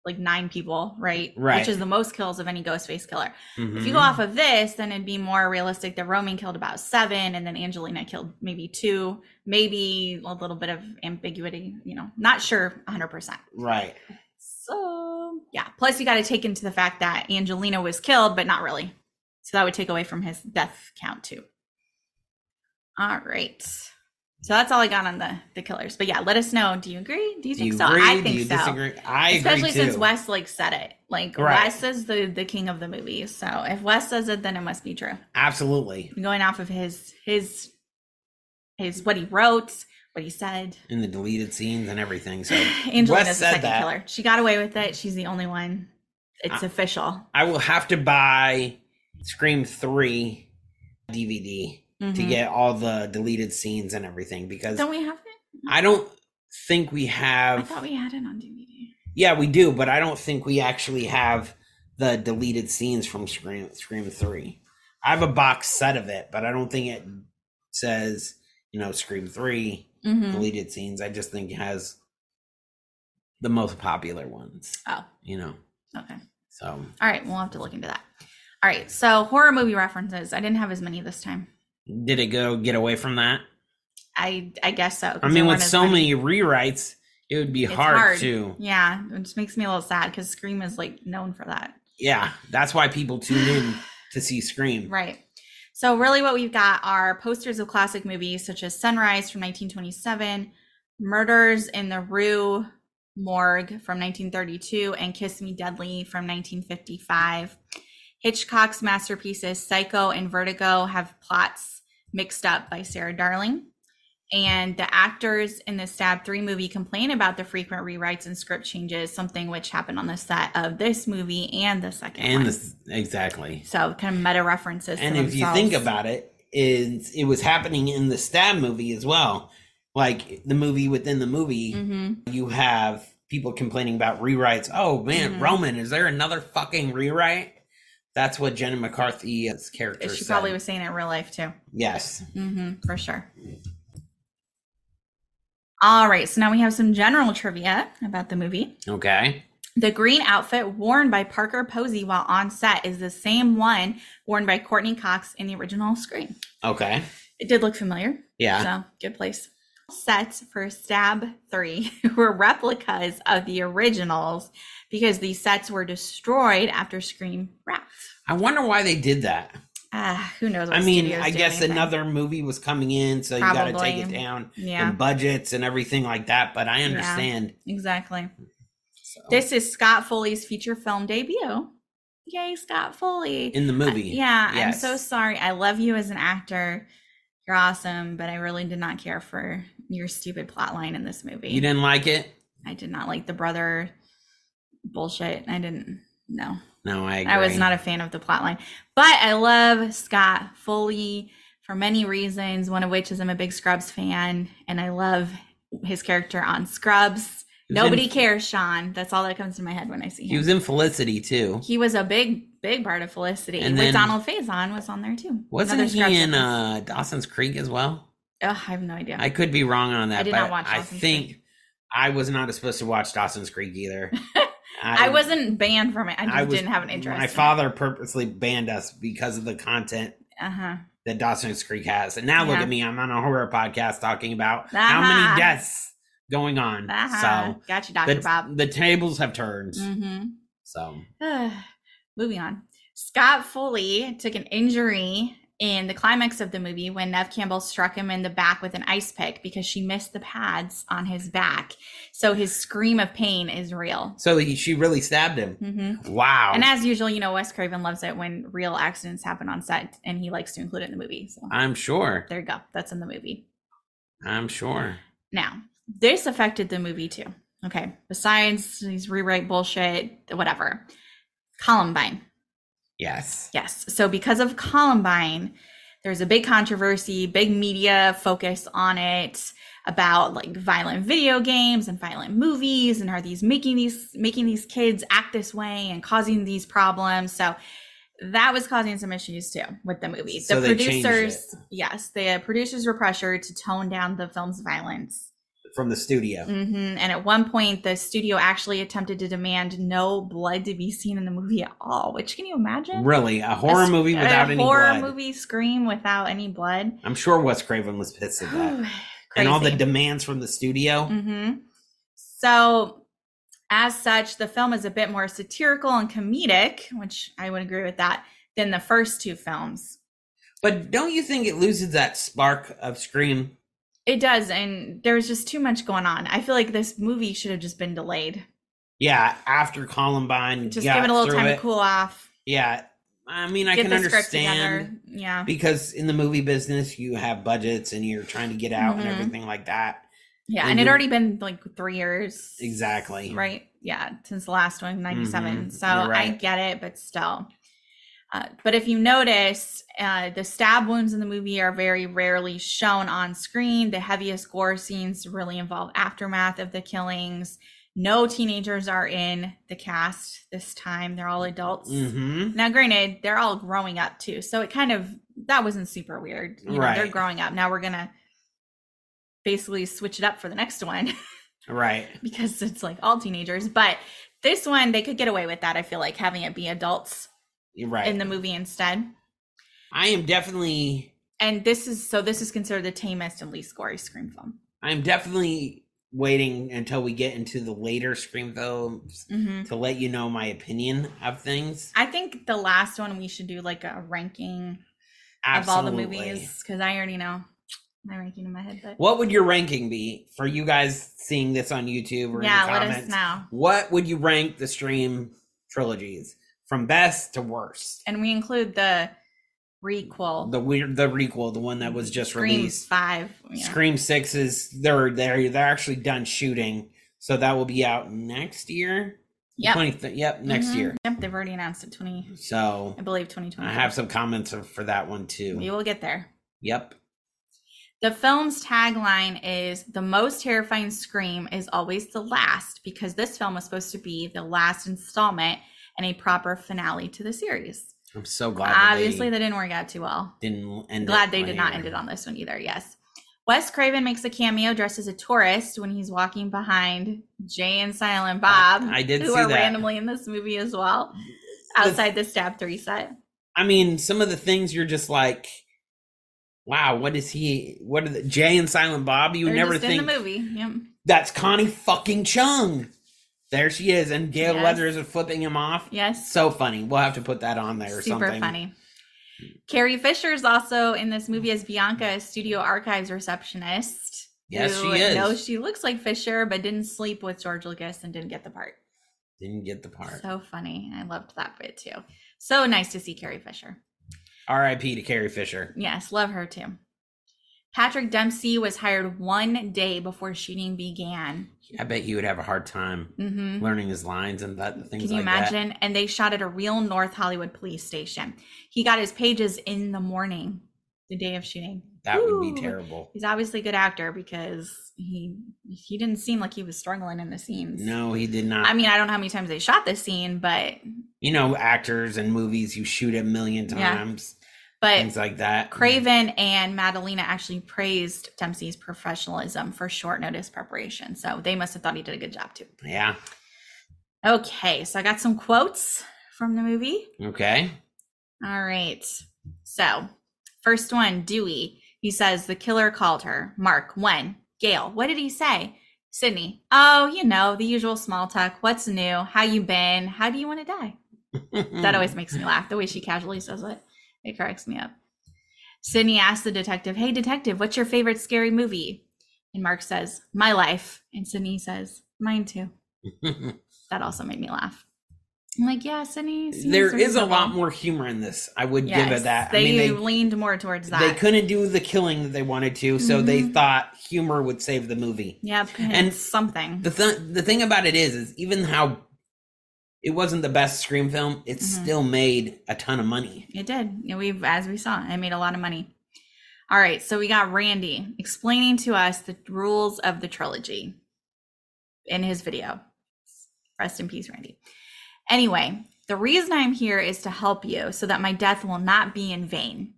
Speaker 5: like nine people, right?
Speaker 4: Right.
Speaker 5: Which is the most kills of any Ghostface killer. If you
Speaker 4: hmm
Speaker 5: go off of this, then it'd be more realistic that Roman killed about seven and then Angelina killed maybe two, maybe a little bit of ambiguity, you know, not sure 100%.
Speaker 4: Right.
Speaker 5: So, yeah. Plus, you got to take into the fact that Angelina was killed, but not really. So that would take away from his death count, too. All right. So that's all I got on the, the killers. But yeah, let us know. Do you agree? Do you
Speaker 4: Do
Speaker 5: think
Speaker 4: you
Speaker 5: so?
Speaker 4: agree?
Speaker 5: I think
Speaker 4: Do you
Speaker 5: so
Speaker 4: disagree? I
Speaker 5: especially
Speaker 4: agree
Speaker 5: since
Speaker 4: too.
Speaker 5: Wes like said it. Like
Speaker 4: Right.
Speaker 5: Wes is the the king of the movie, so if Wes says it, then it must be true.
Speaker 4: Absolutely.
Speaker 5: I'm going off of his his his what he wrote, what he said.
Speaker 4: In the deleted scenes and everything. So
Speaker 5: Angelina's the
Speaker 4: said
Speaker 5: second
Speaker 4: that. Ah.
Speaker 5: killer. She got away with it. She's the only one. It's official.
Speaker 4: I will have to buy Scream 3 DVD to
Speaker 5: Mhm.
Speaker 4: get all the deleted scenes and everything because
Speaker 5: Don't we have it?
Speaker 4: I don't think we
Speaker 5: I
Speaker 4: have.
Speaker 5: thought we had it on DVD.
Speaker 4: yeah, we do, but I don't think we actually have the deleted scenes from Scream Scream Three. I have a box set of it, but I don't think it says you know Scream 3
Speaker 5: Mhm.
Speaker 4: deleted scenes. I just think it has the most popular ones.
Speaker 5: Oh.
Speaker 4: you know,
Speaker 5: Okay.
Speaker 4: so
Speaker 5: All right. We'll have to look into that. All right. So horror movie references. I didn't have as many this time.
Speaker 4: did it go get away from that?
Speaker 5: I I guess so. 'cause
Speaker 4: I
Speaker 5: there
Speaker 4: mean,
Speaker 5: weren't
Speaker 4: with
Speaker 5: as
Speaker 4: so many rewrites, it would be
Speaker 5: It's
Speaker 4: hard,
Speaker 5: hard.
Speaker 4: to.
Speaker 5: Yeah, which makes me a little sad because Scream is like known for that.
Speaker 4: Yeah, that's why people tune in to see Scream.
Speaker 5: Right. So, really, what we've got are posters of classic movies such as Sunrise from 1927, Murders in the Rue Morgue from 1932, and Kiss Me Deadly from 1955. Hitchcock's masterpieces Psycho and Vertigo have plots mixed up by Sarah Darling. And the actors in the Stab 3 movie complain about the frequent rewrites and script changes, something which happened on the set of this movie and the second one.
Speaker 4: And this, exactly.
Speaker 5: So kind of meta references. to
Speaker 4: And if you
Speaker 5: themselves.
Speaker 4: think about it, is it was happening in the stab movie as well. Like the movie within the movie,
Speaker 5: Mhm.
Speaker 4: you have people complaining about rewrites. Oh man,
Speaker 5: Mhm.
Speaker 4: Roman, is there another fucking rewrite? That's what Jenna McCarthy's character
Speaker 5: She
Speaker 4: said.
Speaker 5: probably was saying it in real life too.
Speaker 4: Yes.
Speaker 5: hmm for sure. All right, so now we have some general trivia about the movie.
Speaker 4: Okay.
Speaker 5: The green outfit worn by Parker Posey while on set is the same one worn by Courtney Cox in the original screen.
Speaker 4: Okay.
Speaker 5: It did look familiar,
Speaker 4: Yeah.
Speaker 5: so good place. Sets for Stab 3 were replicas of the originals because these sets were destroyed after Scream Wrath.
Speaker 4: I wonder why they did that.
Speaker 5: Ah, who knows? What
Speaker 4: I mean,
Speaker 5: studios
Speaker 4: I
Speaker 5: do
Speaker 4: guess
Speaker 5: anything.
Speaker 4: another movie was coming in, so you got to take it
Speaker 5: Probably.
Speaker 4: down.
Speaker 5: Yeah,
Speaker 4: And budgets and everything like that, but I understand.
Speaker 5: exactly.
Speaker 4: Oh. So,
Speaker 5: This is Scott Foley's feature film debut. Yay, Scott Foley.
Speaker 4: in the movie.
Speaker 5: Uh, yeah,
Speaker 4: yes.
Speaker 5: I'm so sorry. I love you as an actor. You're awesome, but I really did not care for your stupid plot line in this movie.
Speaker 4: You didn't like it?
Speaker 5: I did not like the brother bullshit. I didn't no.
Speaker 4: No, I agree.
Speaker 5: I was not a fan of the plot line. But I love Scott Foley for many reasons, one of which is I'm a big Scrubs fan and I love his character on Scrubs.
Speaker 4: He was in-
Speaker 5: Nobody cares, Sean. That's all that comes to my head when I see him.
Speaker 4: He was in Felicity too.
Speaker 5: He was a big, big part of Felicity.
Speaker 4: And
Speaker 5: with
Speaker 4: then-
Speaker 5: Donald Faison was on there too.
Speaker 4: Wasn't
Speaker 5: Another
Speaker 4: he
Speaker 5: Scrubs
Speaker 4: in
Speaker 5: reference.
Speaker 4: uh, Dawson's Creek as well?
Speaker 5: Ugh, I have no idea.
Speaker 4: I could be wrong on that,
Speaker 5: I did
Speaker 4: but
Speaker 5: not watch
Speaker 4: I
Speaker 5: Dawson's
Speaker 4: think I was not supposed to watch Dawson's Creek either.
Speaker 5: I, wasn't banned from it. I just
Speaker 4: I was-
Speaker 5: didn't have an interest.
Speaker 4: My father purposely banned us because of the content
Speaker 5: Uh huh.
Speaker 4: that Dawson's Creek has. And now look
Speaker 5: Yeah.
Speaker 4: at me. I'm on a horror podcast talking about how many
Speaker 5: Uh-huh.
Speaker 4: deaths going on.
Speaker 5: Uh-huh.
Speaker 4: So
Speaker 5: Gotcha, Doctor
Speaker 4: the,
Speaker 5: Bob.
Speaker 4: the tables have turned.
Speaker 5: Mm-hmm.
Speaker 4: So
Speaker 5: Moving on. Scott Foley took an injury in the climax of the movie when Nev Campbell struck him in the back with an ice pick because she missed the pads on his back. So his scream of pain is real.
Speaker 4: so he, she really stabbed him.
Speaker 5: Mm-hmm.
Speaker 4: Wow.
Speaker 5: And as usual, you know, Wes Craven loves it when real accidents happen on set and he likes to include it in the movie. So
Speaker 4: I'm sure.
Speaker 5: there you go. That's in the movie.
Speaker 4: I'm sure.
Speaker 5: Now, this affected the movie too. Okay. Besides these rewrite bullshit, whatever. Columbine.
Speaker 4: Yes.
Speaker 5: Yes. So because of Columbine, there's a big controversy, big media focus on it about like violent video games and violent movies and are these making these making these kids act this way and causing these problems. So that was causing some issues too with the movie.
Speaker 4: So
Speaker 5: the
Speaker 4: they changed it.
Speaker 5: producers, yes, the producers were pressured to tone down the film's violence.
Speaker 4: From the studio.
Speaker 5: hmm And at one point, the studio actually attempted to demand no blood to be seen in the movie at all. Which can you imagine?
Speaker 4: Really, a horror
Speaker 5: s-
Speaker 4: movie without
Speaker 5: Mm. a
Speaker 4: any
Speaker 5: horror
Speaker 4: blood.
Speaker 5: movie scream without any blood
Speaker 4: I'm sure Wes Craven was pissed at that.
Speaker 5: Crazy.
Speaker 4: and all the demands from the studio.
Speaker 5: Mhm. so as such the film is a bit more satirical and comedic which i would agree with that than the first two films
Speaker 4: But don't you think it loses that spark of Scream?
Speaker 5: it does and there's just too much going on i feel like this movie should have just been delayed
Speaker 4: Yeah, after Columbine,
Speaker 5: just
Speaker 4: got
Speaker 5: give it a little
Speaker 4: through
Speaker 5: time
Speaker 4: it.
Speaker 5: to cool off
Speaker 4: Yeah, I mean, I
Speaker 5: get
Speaker 4: can
Speaker 5: the script together
Speaker 4: understand
Speaker 5: yeah
Speaker 4: because in the movie business, you have budgets and you're trying to get out
Speaker 5: Mhm.
Speaker 4: and everything like that.
Speaker 5: yeah
Speaker 4: and
Speaker 5: and it
Speaker 4: you-
Speaker 5: already been like three years
Speaker 4: Exactly.
Speaker 5: right yeah since the last one 97
Speaker 4: Mhm,
Speaker 5: so
Speaker 4: you're
Speaker 5: i
Speaker 4: right.
Speaker 5: get it but still uh, but if you notice uh, the stab wounds in the movie are very rarely shown on screen the heaviest gore scenes really involve aftermath of the killings no teenagers are in the cast this time they're all adults
Speaker 4: Mm-hmm.
Speaker 5: now granted they're all growing up too so it kind of that wasn't super weird you know, they're
Speaker 4: Right.
Speaker 5: growing up now we're gonna basically switch it up for the next one
Speaker 4: Right.
Speaker 5: because it's like all teenagers. But this one, they could get away with that. I feel like having it be adults
Speaker 4: You're right.
Speaker 5: in the movie instead.
Speaker 4: I am definitely
Speaker 5: And this is so this is considered the tamest and least gory scream film.
Speaker 4: I'm definitely waiting until we get into the later Scream films
Speaker 5: hmm
Speaker 4: to let you know my opinion of things.
Speaker 5: I think the last one we should do like a ranking of all the movies because I already know my ranking in my head. But
Speaker 4: What would your ranking be for you guys seeing this on YouTube or
Speaker 5: yeah,
Speaker 4: in the
Speaker 5: let
Speaker 4: comments?
Speaker 5: us know.
Speaker 4: What would you rank the Scream trilogies from best to worst?
Speaker 5: And we include the requel,
Speaker 4: The weird, the requel, the one that was just
Speaker 5: Scream
Speaker 4: released.
Speaker 5: Five. yeah.
Speaker 4: Scream Six is they're they're they're actually done shooting, so that will be out next year.
Speaker 5: Yep.
Speaker 4: 23 yep, next
Speaker 5: Mhm.
Speaker 4: year.
Speaker 5: Yep, they've already announced it. Twenty,
Speaker 4: So
Speaker 5: I believe, twenty twenty.
Speaker 4: I have some comments for that one
Speaker 5: We
Speaker 4: too.
Speaker 5: will get there.
Speaker 4: Yep.
Speaker 5: The film's tagline is The most terrifying scream is always the last, because this film was supposed to be the last installment and a proper finale to the series.
Speaker 4: I'm so glad.
Speaker 5: Obviously, that
Speaker 4: that
Speaker 5: didn't work out too well.
Speaker 4: they didn't end.
Speaker 5: Glad
Speaker 4: it
Speaker 5: they did not
Speaker 4: later.
Speaker 5: end it on this one either, yes. Wes Craven makes a cameo dressed as a tourist when he's walking behind Jay and Silent Bob,
Speaker 4: I did
Speaker 5: who
Speaker 4: see
Speaker 5: are
Speaker 4: that.
Speaker 5: randomly in this movie as well,
Speaker 4: The-
Speaker 5: outside the Stab 3 set.
Speaker 4: I mean, some of the things you're just like, wow, what is he? What are the Jay and Silent Bob? You would
Speaker 5: They're
Speaker 4: never
Speaker 5: just
Speaker 4: think
Speaker 5: in the movie. Yep.
Speaker 4: that's Connie fucking Chung. There she is, and Gail
Speaker 5: Yes.
Speaker 4: Weathers is flipping him off.
Speaker 5: Yes.
Speaker 4: So funny. We'll have to put that on there or
Speaker 5: Super
Speaker 4: something.
Speaker 5: funny. Carrie Fisher is also in this movie as Bianca, a studio archives receptionist.
Speaker 4: Yes,
Speaker 5: who
Speaker 4: she is.
Speaker 5: knows she looks like Fisher, but didn't sleep with George Lucas and didn't get the part.
Speaker 4: Didn't get the part.
Speaker 5: So funny. I loved that bit too. So nice to see Carrie Fisher.
Speaker 4: R.I.P. to Carrie Fisher.
Speaker 5: Yes, love her too. Patrick Dempsey was hired one day before shooting began.
Speaker 4: I bet he would have a hard time
Speaker 5: hmm
Speaker 4: learning his lines and that things
Speaker 5: Can you
Speaker 4: like that.
Speaker 5: imagine? And they shot at a real North Hollywood police station. He got his pages in the morning, the day of shooting.
Speaker 4: That would
Speaker 5: Ooh.
Speaker 4: be terrible.
Speaker 5: he's obviously a good actor because he he didn't seem like he was struggling in the scenes.
Speaker 4: No, he did not.
Speaker 5: I mean, I don't know how many times they shot this scene, but
Speaker 4: you know, actors and movies you shoot a million
Speaker 5: Yeah.
Speaker 4: times,
Speaker 5: but
Speaker 4: things like that.
Speaker 5: Craven and Madalena actually praised Dempsey's professionalism for short notice preparation. So they must have thought he did a good job too.
Speaker 4: Mm, Yeah.
Speaker 5: Okay, so I got some quotes from the movie.
Speaker 4: Okay.
Speaker 5: All right. So, first one, Dewey. He says, The killer called her. Mark, when? Gail, what did he say? Sydney, oh, you know, the usual small talk. What's new? How you been? How do you want to die?
Speaker 4: Mm.
Speaker 5: That always makes me laugh. The way she casually says it, it cracks me up. Sydney asks the detective, Hey, detective, what's your favorite scary movie? And Mark says, My life. And Sydney says, Mine too. That also made me laugh. I'm like, Yeah, Sydney. seems
Speaker 4: there is a
Speaker 5: reasonable."
Speaker 4: lot more humor in this. I would give
Speaker 5: Yes,
Speaker 4: it that.
Speaker 5: They,
Speaker 4: I mean,
Speaker 5: leaned more towards
Speaker 4: they,
Speaker 5: that.
Speaker 4: they couldn't do the killing that they wanted to, so they
Speaker 5: Mhm.
Speaker 4: thought humor would save the movie.
Speaker 5: Yep.
Speaker 4: And
Speaker 5: And something.
Speaker 4: The th- the thing about it is, is even how it wasn't the best Scream film, it
Speaker 5: Mhm.
Speaker 4: still made a ton of money.
Speaker 5: it did. And We've, as we saw, I made a lot of money. All right. So we got Randy explaining to us the rules of the trilogy in his video. Rest in peace, Randy. Anyway, the reason I'm here is to help you so that my death will not be in vain,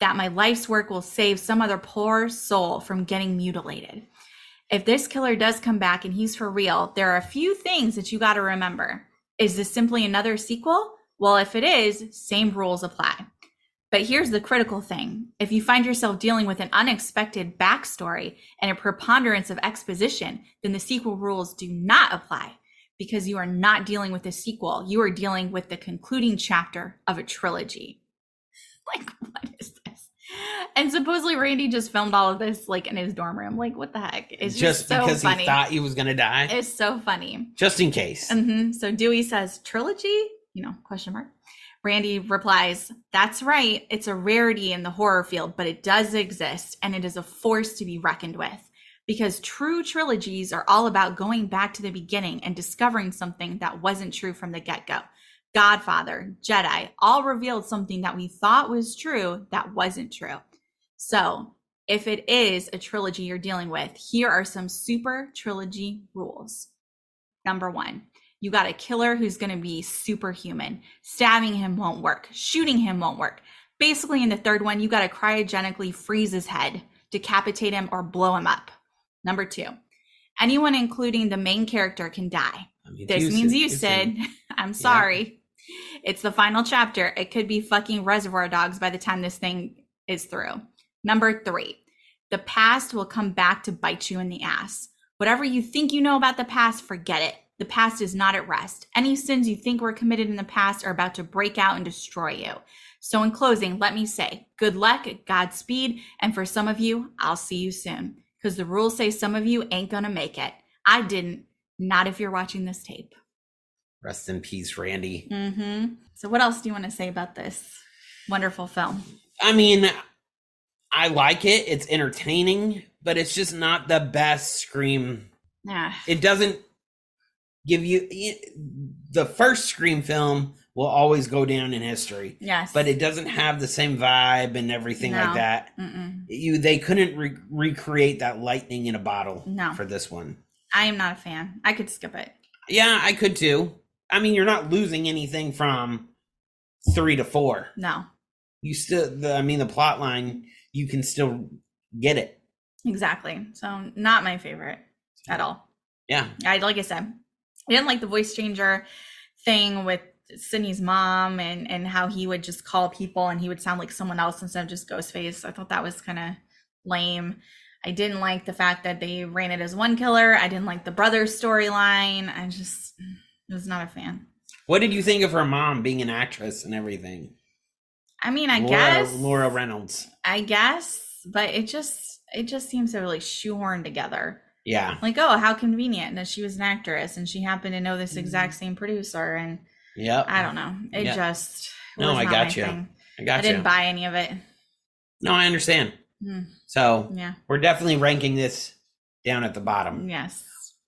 Speaker 5: that my life's work will save some other poor soul from getting mutilated. If this killer does come back and he's for real, there are a few things that you got to remember. Is this simply another sequel? Well, if it is, same rules apply. But here's the critical thing if you find yourself dealing with an unexpected backstory and a preponderance of exposition, then the sequel rules do not apply because you are not dealing with a sequel. You are dealing with the concluding chapter of a trilogy. Like, what is this? And supposedly Randy just filmed all of this like in his dorm room. Like, what the heck? It's just,
Speaker 4: just because
Speaker 5: so funny.
Speaker 4: he thought he was gonna die,
Speaker 5: it's so funny.
Speaker 4: just in case.
Speaker 5: Mhm. So Dewey says trilogy, you know, question mark. Randy replies, "That's right. It's a rarity in the horror field, but it does exist, and it is a force to be reckoned with." Because true trilogies are all about going back to the beginning and discovering something that wasn't true from the get go. Godfather, Jedi, all revealed something that we thought was true that wasn't true. So, if it is a trilogy you're dealing with, here are some super trilogy rules. Number one, you got a killer who's going to be superhuman. Stabbing him won't work, shooting him won't work. Basically, in the third one, you got to cryogenically freeze his head, decapitate him, or blow him up. Number two, anyone, including the main character, can die.
Speaker 4: I mean,
Speaker 5: This
Speaker 4: you,
Speaker 5: means
Speaker 4: Sid-
Speaker 5: you, Sid. I'm sorry. It's the final chapter. It could be fucking reservoir dogs by the time this thing is through. Number three, the past will come back to bite you in the ass. Whatever you think you know about the past, forget it. The past is not at rest. Any sins you think were committed in the past are about to break out and destroy you. So, in closing, let me say good luck, Godspeed, and for some of you, I'll see you soon. Because the rules say some of you ain't gonna make it. I didn't, not if you're watching this tape.
Speaker 4: Rest in peace, Randy.
Speaker 5: Mm-hmm. So, what else do you want to say about this wonderful film?
Speaker 4: I mean, I like it. It's entertaining, but it's just not the best Scream.
Speaker 5: Yeah.
Speaker 4: It doesn't give you the first Scream film will always go down in history.
Speaker 5: Yes.
Speaker 4: But it doesn't have the same vibe and everything
Speaker 5: No.
Speaker 4: like that.
Speaker 5: Mm-mm.
Speaker 4: You they couldn't re- recreate that lightning in a bottle
Speaker 5: No.
Speaker 4: for this one.
Speaker 5: I am not a fan. I could skip it.
Speaker 4: Yeah, I could too. I mean, you're not losing anything from three to four.
Speaker 5: No,
Speaker 4: You still, the, I mean, the plot line you can still get it.
Speaker 5: exactly. So not my favorite at all.
Speaker 4: Yeah,
Speaker 5: I like I said, I didn't like the voice changer thing with Sydney's mom and and how he would just call people and he would sound like someone else instead of just Ghostface. I thought that was kind of lame. I didn't like the fact that they ran it as one killer. I didn't like the brother storyline. I just mm, was not a fan.
Speaker 4: What did you think of her mom being an actress and everything?
Speaker 5: I mean, I
Speaker 4: Laura,
Speaker 5: guess
Speaker 4: Laura Reynolds.
Speaker 5: I guess, but it just it just seems to really shoehorn together.
Speaker 4: Yeah,
Speaker 5: Like, oh, how convenient that she was an actress and she happened to know this exact same producer and
Speaker 4: yep.
Speaker 5: I don't know. It
Speaker 4: Mm-hmm. Yeah.
Speaker 5: just
Speaker 4: No,
Speaker 5: was
Speaker 4: I
Speaker 5: not
Speaker 4: got
Speaker 5: my
Speaker 4: you.
Speaker 5: thing.
Speaker 4: I got
Speaker 5: I didn't
Speaker 4: you.
Speaker 5: buy any of it.
Speaker 4: no, I understand.
Speaker 5: Hmm.
Speaker 4: So
Speaker 5: Yeah.
Speaker 4: we're definitely ranking this down at the bottom.
Speaker 5: Yes.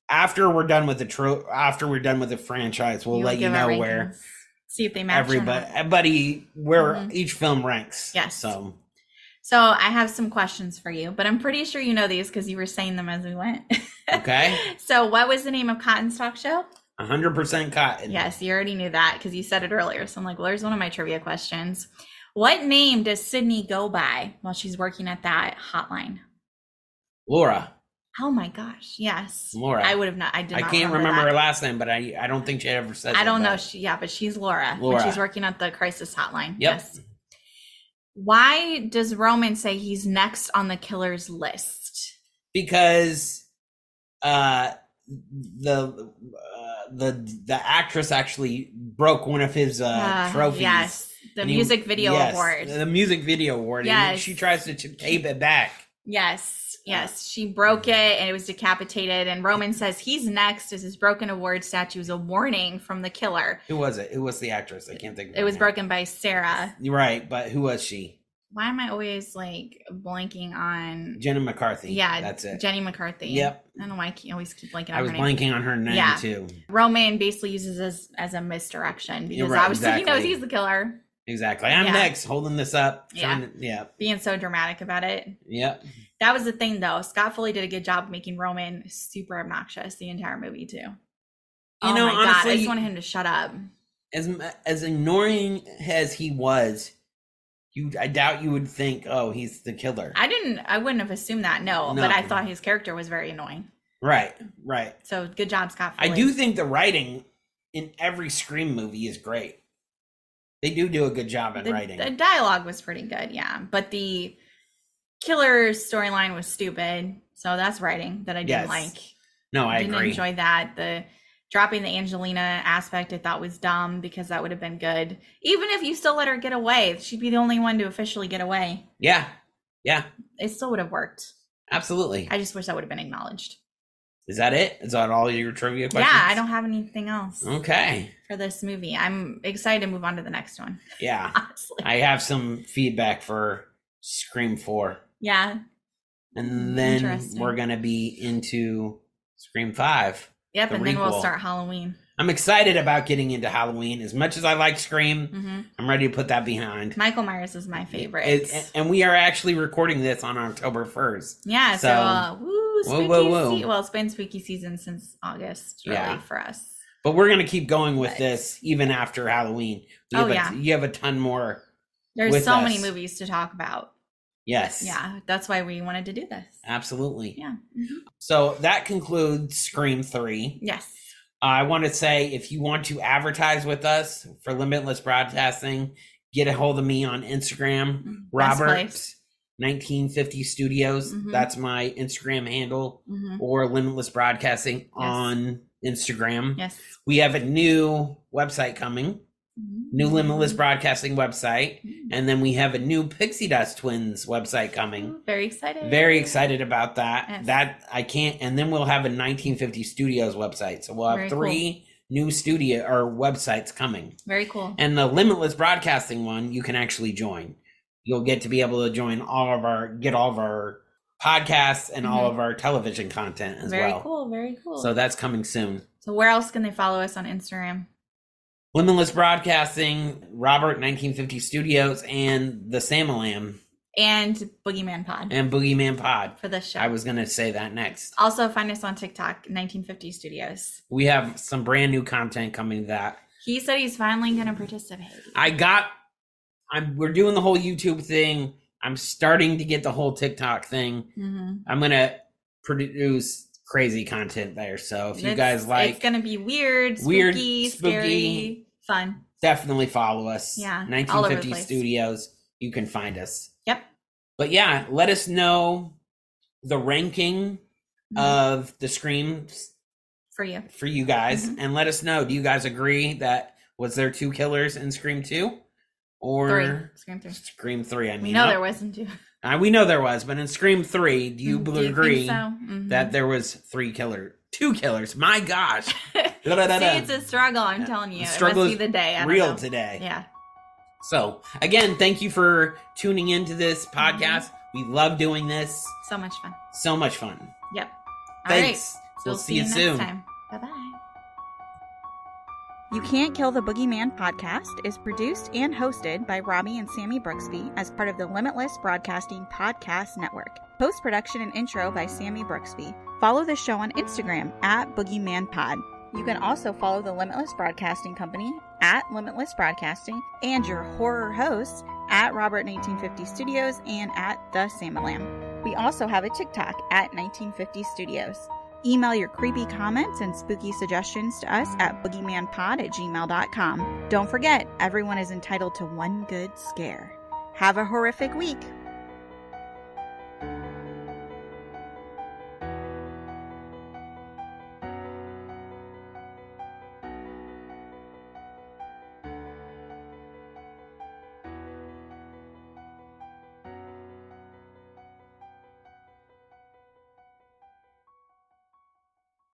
Speaker 4: After we're done with the tro- after we're done with the franchise, we'll
Speaker 5: You'll
Speaker 4: let you
Speaker 5: give our
Speaker 4: know where
Speaker 5: rankings. see if they match. or
Speaker 4: everybody,
Speaker 5: not.
Speaker 4: everybody where
Speaker 5: Mhm.
Speaker 4: each film ranks.
Speaker 5: Yes.
Speaker 4: So
Speaker 5: So I have some questions for you, but I'm pretty sure you know these because you were saying them as we went.
Speaker 4: okay,
Speaker 5: so what was the name of Cotton's talk show?
Speaker 4: hundred percent cotton.
Speaker 5: Yes, you already knew that because you said it earlier. So I'm like, well, there's one of my trivia questions. What name does Sydney go by while she's working at that hotline?
Speaker 4: Laura.
Speaker 5: Oh my gosh. Yes.
Speaker 4: Laura.
Speaker 5: I would have not. I did
Speaker 4: I
Speaker 5: not
Speaker 4: can't remember,
Speaker 5: that.
Speaker 4: her last name, but I I don't think she ever said.
Speaker 5: I
Speaker 4: that,
Speaker 5: don't know.
Speaker 4: but-
Speaker 5: She, yeah, but she's Laura.
Speaker 4: Laura.
Speaker 5: When she's working at the crisis hotline.
Speaker 4: Yep.
Speaker 5: Yes. Why does Roman say he's next on the killer's list?
Speaker 4: because uh the uh, the the actress actually broke one of his uh,
Speaker 5: Uh,
Speaker 4: trophies
Speaker 5: Yes. The
Speaker 4: And he-
Speaker 5: music video
Speaker 4: yes,
Speaker 5: award.
Speaker 4: the music video award and
Speaker 5: Yes.
Speaker 4: she tries to t- tape it back
Speaker 5: Yes, yes. She broke it and it was decapitated. And Roman says he's next as his broken award statue is a warning from the killer.
Speaker 4: who was it it was the actress i can't think of
Speaker 5: It
Speaker 4: her
Speaker 5: was
Speaker 4: name.
Speaker 5: broken by Sarah.
Speaker 4: You're right but who was she
Speaker 5: Why am I always like blanking on?
Speaker 4: jenna mccarthy
Speaker 5: Yeah,
Speaker 4: that's it
Speaker 5: Jenny McCarthy.
Speaker 4: Yep.
Speaker 5: I don't know why I can't always keep blanking on
Speaker 4: i was
Speaker 5: her name.
Speaker 4: blanking on her name
Speaker 5: Yeah.
Speaker 4: too
Speaker 5: Roman basically uses this as a misdirection because
Speaker 4: right,
Speaker 5: obviously he knows
Speaker 4: exactly.
Speaker 5: he's the killer,
Speaker 4: exactly i'm
Speaker 5: Yeah.
Speaker 4: next holding this up
Speaker 5: Yeah.
Speaker 4: trying to- yeah
Speaker 5: being so dramatic about it.
Speaker 4: yep
Speaker 5: That was the thing though. Scott Foley did a good job of making Roman super obnoxious the entire movie too. oh
Speaker 4: know,
Speaker 5: my god, I
Speaker 4: honestly-
Speaker 5: just wanted him to shut up.
Speaker 4: as m- as ignoring as he was, you I doubt you would think, oh, he's the killer.
Speaker 5: I didn't. I wouldn't have assumed that. No,
Speaker 4: No.
Speaker 5: but I thought his character was very annoying.
Speaker 4: right, right.
Speaker 5: So good job, Scott.
Speaker 4: I
Speaker 5: Foley.
Speaker 4: do think the writing in every Scream movie is great. They do do a good job in
Speaker 5: the,
Speaker 4: writing.
Speaker 5: the dialogue was pretty good. Yeah, but the killer storyline was stupid. So that's writing that I didn't
Speaker 4: Yes.
Speaker 5: like.
Speaker 4: no, I
Speaker 5: didn't
Speaker 4: agree.
Speaker 5: enjoy that. The dropping the Angelina aspect I thought was dumb because that would have been good. Even if you still let her get away, she'd be the only one to officially get away.
Speaker 4: yeah, yeah,
Speaker 5: It still would have worked.
Speaker 4: absolutely.
Speaker 5: I just wish that would have been acknowledged.
Speaker 4: is that it? Is that all your trivia questions? Hmm?
Speaker 5: Yeah, I don't have anything else
Speaker 4: Okay.
Speaker 5: for this movie. I'm excited to move on to the next one.
Speaker 4: Yeah,
Speaker 5: Honestly.
Speaker 4: I have some feedback for Scream Four,
Speaker 5: Yeah.
Speaker 4: and then
Speaker 5: Interesting.
Speaker 4: we're gonna be into Scream Five.
Speaker 5: Yep.
Speaker 4: The
Speaker 5: and then we'll
Speaker 4: requel.
Speaker 5: start Halloween.
Speaker 4: I'm excited about getting into Halloween. As much as I like Scream,
Speaker 5: hmm
Speaker 4: I'm ready to put that behind.
Speaker 5: Michael Myers is my favorite.
Speaker 4: It- and- and we are actually recording this on October 1st.
Speaker 5: yeah. So,
Speaker 4: so-
Speaker 5: uh, woo,
Speaker 4: Whoa,
Speaker 5: spooky
Speaker 4: whoa, whoa.
Speaker 5: sea- well, it's been spooky season since August, really,
Speaker 4: Yeah.
Speaker 5: for us.
Speaker 4: But we're going to keep going with
Speaker 5: Right.
Speaker 4: this even after Halloween. We
Speaker 5: Oh,
Speaker 4: have a-
Speaker 5: yeah.
Speaker 4: You have a ton more.
Speaker 5: There's
Speaker 4: With
Speaker 5: so many
Speaker 4: us.
Speaker 5: movies to talk about.
Speaker 4: Yes. Uh,
Speaker 5: Yeah. That's why we wanted to do this.
Speaker 4: Absolutely.
Speaker 5: Yeah. Mm-hmm.
Speaker 4: So that concludes Scream 3.
Speaker 5: Yes.
Speaker 4: I want to say if you want to advertise with us for Limitless Broadcasting, get a hold of me on Instagram,
Speaker 5: Mm-hmm. Best
Speaker 4: Robert.
Speaker 5: place.
Speaker 4: 1950 Studios.
Speaker 5: Mhm.
Speaker 4: That's my Instagram handle.
Speaker 5: Mhm.
Speaker 4: or Limitless Broadcasting on Instagram.
Speaker 5: Yes.
Speaker 4: We have a new website coming,
Speaker 5: Mm-hmm.
Speaker 4: new Limitless Broadcasting website, and then we have a new Pixie Dust Twins website coming.
Speaker 5: Very excited.
Speaker 4: Very excited about that.
Speaker 5: Yes.
Speaker 4: That I can't, and then we'll have a 1950 Studios website. So we'll have
Speaker 5: Very cool.
Speaker 4: three new studio or websites coming.
Speaker 5: Very cool.
Speaker 4: And the Limitless Broadcasting one, you can actually join. You'll get to be able to join all of our, get all of our podcasts and all
Speaker 5: Mhm.
Speaker 4: of our television content as
Speaker 5: Very
Speaker 4: well.
Speaker 5: cool. Very cool.
Speaker 4: So that's coming soon.
Speaker 5: so, where else can they follow us on Instagram?
Speaker 4: Limitless Broadcasting, Robert 1950 Studios, and the Samalam
Speaker 5: and Boogeyman Pod
Speaker 4: and Boogeyman Pod.
Speaker 5: for this show.
Speaker 4: I was gonna say that next.
Speaker 5: also, find us on TikTok, 1950 Studios.
Speaker 4: We have some brand new content coming to that.
Speaker 5: He said he's finally going to participate.
Speaker 4: I got I'm we're doing the whole YouTube thing. I'm starting to get the whole TikTok thing.
Speaker 5: Mhm.
Speaker 4: I'm gonna produce crazy content there. So if you
Speaker 5: It's-
Speaker 4: guys like
Speaker 5: it's going to be weird, spooky,
Speaker 4: weird,
Speaker 5: scary,
Speaker 4: spooky-
Speaker 5: fun.
Speaker 4: definitely follow us.
Speaker 5: Yeah, all over the
Speaker 4: 1950
Speaker 5: place.
Speaker 4: Studios. You can find us.
Speaker 5: Yep.
Speaker 4: But yeah, let us know the ranking
Speaker 5: Mhm.
Speaker 4: of the screams
Speaker 5: for you.
Speaker 4: for you guys,
Speaker 5: Mm-hmm.
Speaker 4: and let us know. Do you guys agree that was there two killers in Scream Two,
Speaker 5: Three.
Speaker 4: or
Speaker 5: Scream three.
Speaker 4: Scream Three? I
Speaker 5: We
Speaker 4: mean,
Speaker 5: know
Speaker 4: uh,
Speaker 5: there wasn't two.
Speaker 4: uh, we know there was, but in Scream Three, do you
Speaker 5: Mm,
Speaker 4: bl-
Speaker 5: do think
Speaker 4: agree
Speaker 5: so? Mhm.
Speaker 4: that there was three killer, two killers? My gosh,
Speaker 5: Mm-hmm. See,
Speaker 4: Da-da-da-da.
Speaker 5: it's a struggle. I'm
Speaker 4: Yeah.
Speaker 5: telling you,
Speaker 4: The
Speaker 5: it must
Speaker 4: struggle
Speaker 5: be
Speaker 4: is
Speaker 5: the day. I don't
Speaker 4: real
Speaker 5: know.
Speaker 4: today.
Speaker 5: Yeah.
Speaker 4: So, again, thank you for tuning into this
Speaker 5: Mm-hmm.
Speaker 4: podcast. We love doing this.
Speaker 5: So much fun.
Speaker 4: So much fun.
Speaker 5: Yep. All right.
Speaker 4: Thanks. We'll, see, you soon.
Speaker 5: Bye bye. You Can't Kill the Boogeyman podcast is produced and hosted by Robbie and Sammy Brooksby as part of the Limitless Broadcasting Podcast Network. Post production and intro by Sammy Brooksby. Follow the show on Instagram at Boogeyman E Pod. You can also follow the Limitless Broadcasting Company at Limitless Broadcasting and your horror hosts at Robert 1950 Studios and at The Samalam. We also have a TikTok at 1950 Studios. Email your creepy comments and spooky suggestions to us at boogeymanpod at gmail.com. Don't forget, everyone is entitled to one good scare. Have a horrific week.